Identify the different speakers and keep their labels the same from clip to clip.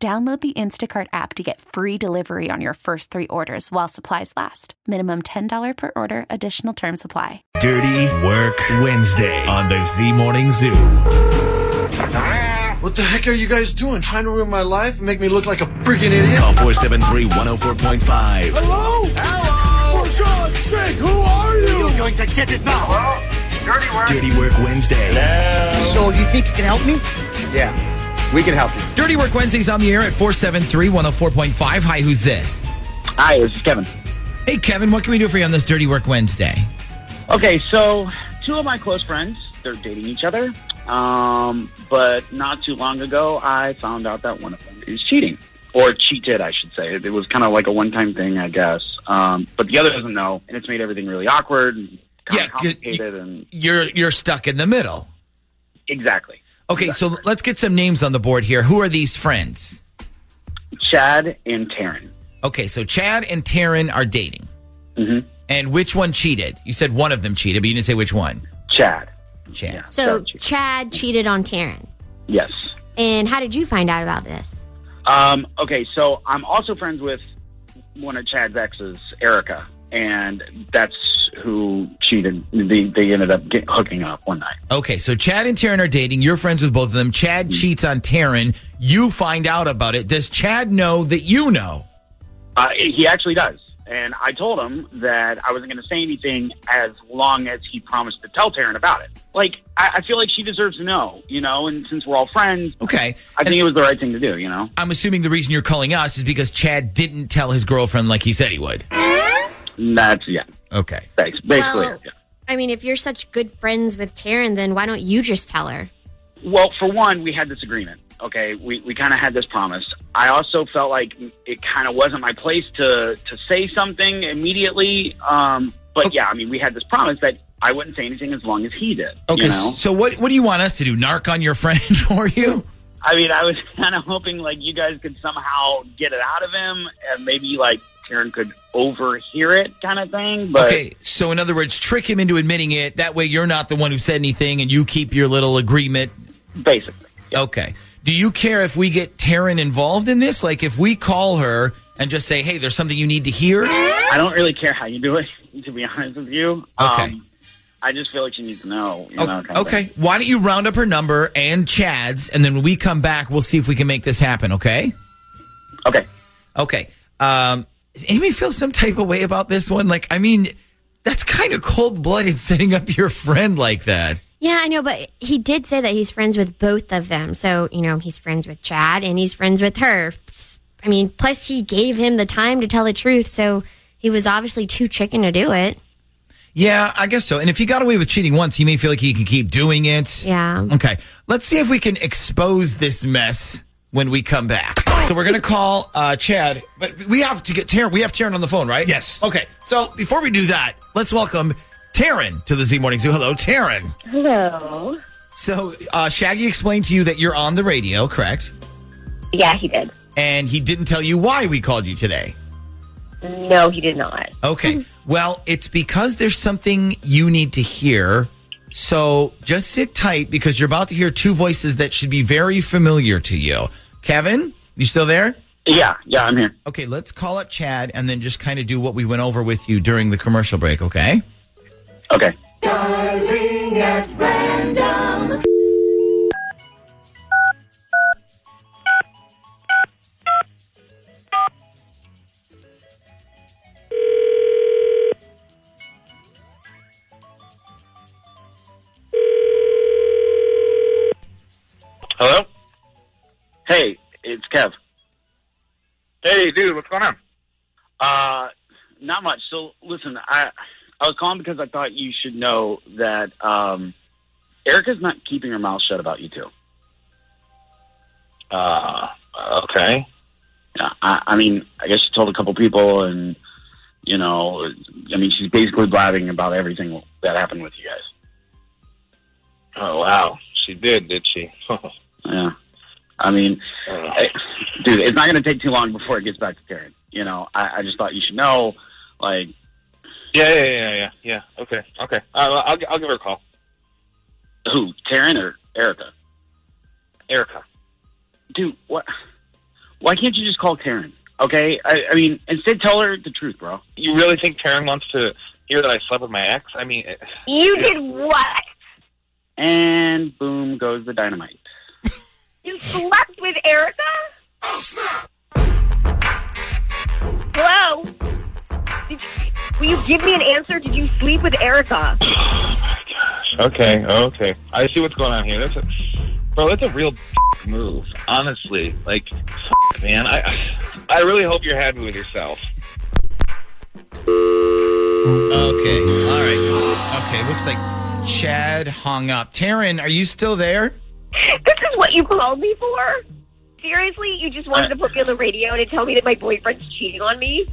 Speaker 1: Download the Instacart app to get free delivery on your first three orders while supplies last. Minimum $10 per order, additional term supply.
Speaker 2: Dirty Work Wednesday on the Z Morning Zoo.
Speaker 3: What the heck are you guys doing? Trying to ruin my life and make me look like a freaking idiot?
Speaker 2: Call 473 104.5.
Speaker 3: Hello? Hello? For God's sake, who are you?
Speaker 4: going to get it now. dirty work.
Speaker 2: Dirty Work Wednesday.
Speaker 5: So you think you can help me?
Speaker 4: Yeah, we can help you.
Speaker 6: Dirty Work Wednesdays on the air at 473 104.5. Hi, who's this?
Speaker 7: Hi, this is Kevin.
Speaker 6: Hey, Kevin, what can we do for you on this Dirty Work Wednesday?
Speaker 7: Okay, so two of my close friends, they're dating each other. Um, but not too long ago, I found out that one of them is cheating. Or cheated, I should say. It it was kind of like a one time thing, I guess. Um, but the other doesn't know, and it's made everything really awkward and kind
Speaker 6: Yeah,
Speaker 7: of
Speaker 6: 'cause you-
Speaker 7: complicated. and
Speaker 6: You're you're stuck in the middle.
Speaker 7: Exactly.
Speaker 6: Okay, so let's get some names on the board here. Who are these friends?
Speaker 7: Chad and Taryn.
Speaker 6: Okay, so Chad and Taryn are dating.
Speaker 7: Mhm.
Speaker 6: And which one cheated? You said one of them cheated, but you didn't say which one.
Speaker 7: Chad.
Speaker 6: Chad.
Speaker 8: So
Speaker 7: Gotcha.
Speaker 8: Chad cheated on Taryn.
Speaker 7: Yes.
Speaker 8: And how did you find out about this?
Speaker 7: Um, okay, so I'm also friends with one of Chad's exes, Erica, and that's who cheated. They, they ended up get, hooking up one night.
Speaker 6: Okay, so Chad and Taryn are dating. You're friends with both of them. Chad cheats on Taryn. You find out about it. Does Chad know that you know?
Speaker 7: Uh, he actually does. And I told him that I wasn't going to say anything as long as he promised to tell Taryn about it. Like, I, I feel like she deserves to know, you know, and since we're all friends,
Speaker 6: Okay.
Speaker 7: I think it was the right thing to do, you know?
Speaker 6: I'm assuming the reason you're calling us is because Chad didn't tell his girlfriend like he said he would.
Speaker 7: And that's, yeah,
Speaker 6: Okay.
Speaker 7: thanks. Basically,
Speaker 8: Well-
Speaker 7: yeah.
Speaker 8: I mean, if you're such good friends with Taryn, then why don't you just tell her?
Speaker 7: Well, for one, we had this agreement. Okay, we, we kind of had this promise. I also felt like it kind of wasn't my place to to say something immediately. Um, but yeah, I mean, we had this promise that I wouldn't say anything as long as he did.
Speaker 6: Okay.
Speaker 7: you know?
Speaker 6: So what what do you want us to do? Narc on your friend for you?
Speaker 7: I mean, I was kind of hoping like you guys could somehow get it out of him, and maybe like Taryn could overhear it, kind of thing. But
Speaker 6: Okay. So in other words, trick him into admitting it. That way you're not the one who said anything and you keep your little agreement.
Speaker 7: basically,
Speaker 6: Okay. Do you care if we get Taryn involved in this? Like if we call her and just say, "Hey, there's something you need to hear?"
Speaker 7: I don't really care how you do it, to be honest with you.
Speaker 6: Okay.
Speaker 7: Um, I just feel like she needs to know. You know kind of thing.
Speaker 6: Okay. Why don't you round up her number and Chad's and then when we come back, we'll see if we can make this happen, okay?
Speaker 7: Okay.
Speaker 6: Okay. Um, does anybody feel some type of way about this one? Like, I mean, that's kind of cold blooded setting up your friend like that.
Speaker 8: Yeah, I know, but he did say that he's friends with both of them. So, you know, he's friends with Chad and he's friends with her. S- I mean, plus he gave him the time to tell the truth. So he was obviously too chicken to do it.
Speaker 6: Yeah, I guess so. And if he got away with cheating once, he may feel like he can keep doing it.
Speaker 8: Yeah.
Speaker 6: Okay. Let's see if we can expose this mess when we come back. So we're gonna call uh, Chad, but we have to get Taryn. We have Taryn on the phone, right?
Speaker 2: Yes.
Speaker 6: Okay. So before we do that, let's welcome Taryn to the Z Morning Zoo. Hello, Taryn.
Speaker 9: Hello.
Speaker 6: So uh, Shaggy explained to you that you're on the radio, correct?
Speaker 9: Yeah, he did.
Speaker 6: and he didn't tell you why we called you today.
Speaker 9: No, he did not.
Speaker 6: Okay. well, it's because there's something you need to hear. So just sit tight because you're about to hear two voices that should be very familiar to you. Kevin, you still there?
Speaker 7: Yeah, yeah, I'm here.
Speaker 6: Okay, let's call up Chad and then just kind of do what we went over with you during the commercial break, okay?
Speaker 7: Okay.
Speaker 4: Hello?
Speaker 7: Hey, it's Kev.
Speaker 4: Hey, dude, what's going on?
Speaker 7: Uh, not much. So listen, I I was calling because I thought you should know that um, Erica's not keeping her mouth shut about you two.
Speaker 4: Uh, okay.
Speaker 7: I, I mean, I guess she told a couple people, and you know, I mean, she's basically blabbing about everything that happened with you guys.
Speaker 10: Oh wow, she did, did she?
Speaker 7: Yeah, I mean, I- dude, it's not going to take too long before it gets back to Karen. You know, I, I just thought you should know, like,
Speaker 10: Yeah, yeah, yeah, yeah, yeah. Okay, okay. Uh, I'll, I'll give her a call.
Speaker 7: who Karen or Erica?
Speaker 10: Erica.
Speaker 7: Dude, what? Why can't you just call Karen? Okay, I, I mean, instead tell her the truth, bro.
Speaker 10: You really think Karen wants to hear that I slept with my ex? I mean, eh,
Speaker 9: You did what?
Speaker 7: And boom goes the dynamite.
Speaker 9: You slept with Erica? Hello? Did you, will you give me an answer? Did you sleep with Erica?
Speaker 10: okay, okay. I see what's going on here. That's a bro. That's a real move, honestly. Like, man, I I really hope you're happy with yourself.
Speaker 6: Okay. All right. Okay. Looks like Chad hung up. Taryn, are you still there?
Speaker 9: This is what you called me for? Seriously? You just wanted to put me on the radio to tell me that my boyfriend's cheating on me?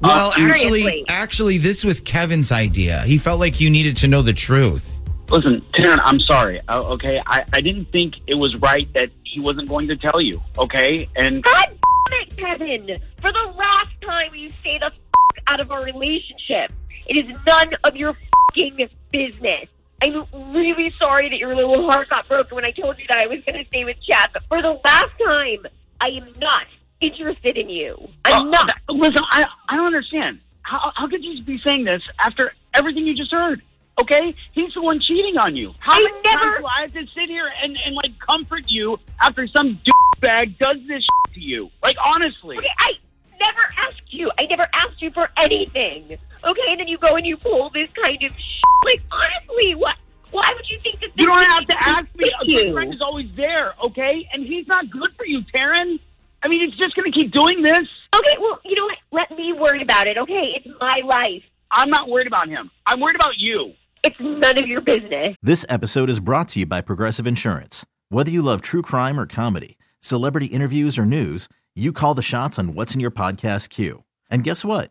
Speaker 6: Well, actually,
Speaker 9: seriously.
Speaker 6: actually, this was Kevin's idea. He felt like you needed to know the truth.
Speaker 7: Listen, Taryn, I'm sorry. Uh, okay, I, I didn't think it was right that he wasn't going to tell you. Okay, and
Speaker 9: God damn it, Kevin! For the last time, you stay the f- out of our relationship. It is none of your fucking business. I'm really sorry that your little heart got broken when I told you that I was going to stay with Chad. But for the last time, I am not interested in you.
Speaker 7: Oh,
Speaker 9: I'm not.
Speaker 7: listen, I I don't understand. How how could you be saying this after everything you just heard? Okay, he's the one cheating on you. How
Speaker 9: I
Speaker 7: many
Speaker 9: never-
Speaker 7: times do I have to sit here and, and like comfort you after some douchebag does this shit to you? Like honestly,
Speaker 9: Okay, I never asked you. I never asked you for anything. Okay, and then you go and you pull this kind of shit. Like honestly, what? Why would you think that? This
Speaker 7: you don't
Speaker 9: is-
Speaker 7: have to ask me. A
Speaker 9: Thank
Speaker 7: good
Speaker 9: you.
Speaker 7: friend is always there. Okay, and he's not good for you, Taryn. I mean, it's just gonna keep doing this.
Speaker 9: Okay, well, you know what? Let me worry about it. Okay, it's my life.
Speaker 7: I'm not worried about him. I'm worried about you.
Speaker 9: It's none of your business.
Speaker 11: This episode is brought to you by Progressive Insurance. Whether you love true crime or comedy, celebrity interviews or news, you call the shots on what's in your podcast queue. And guess what?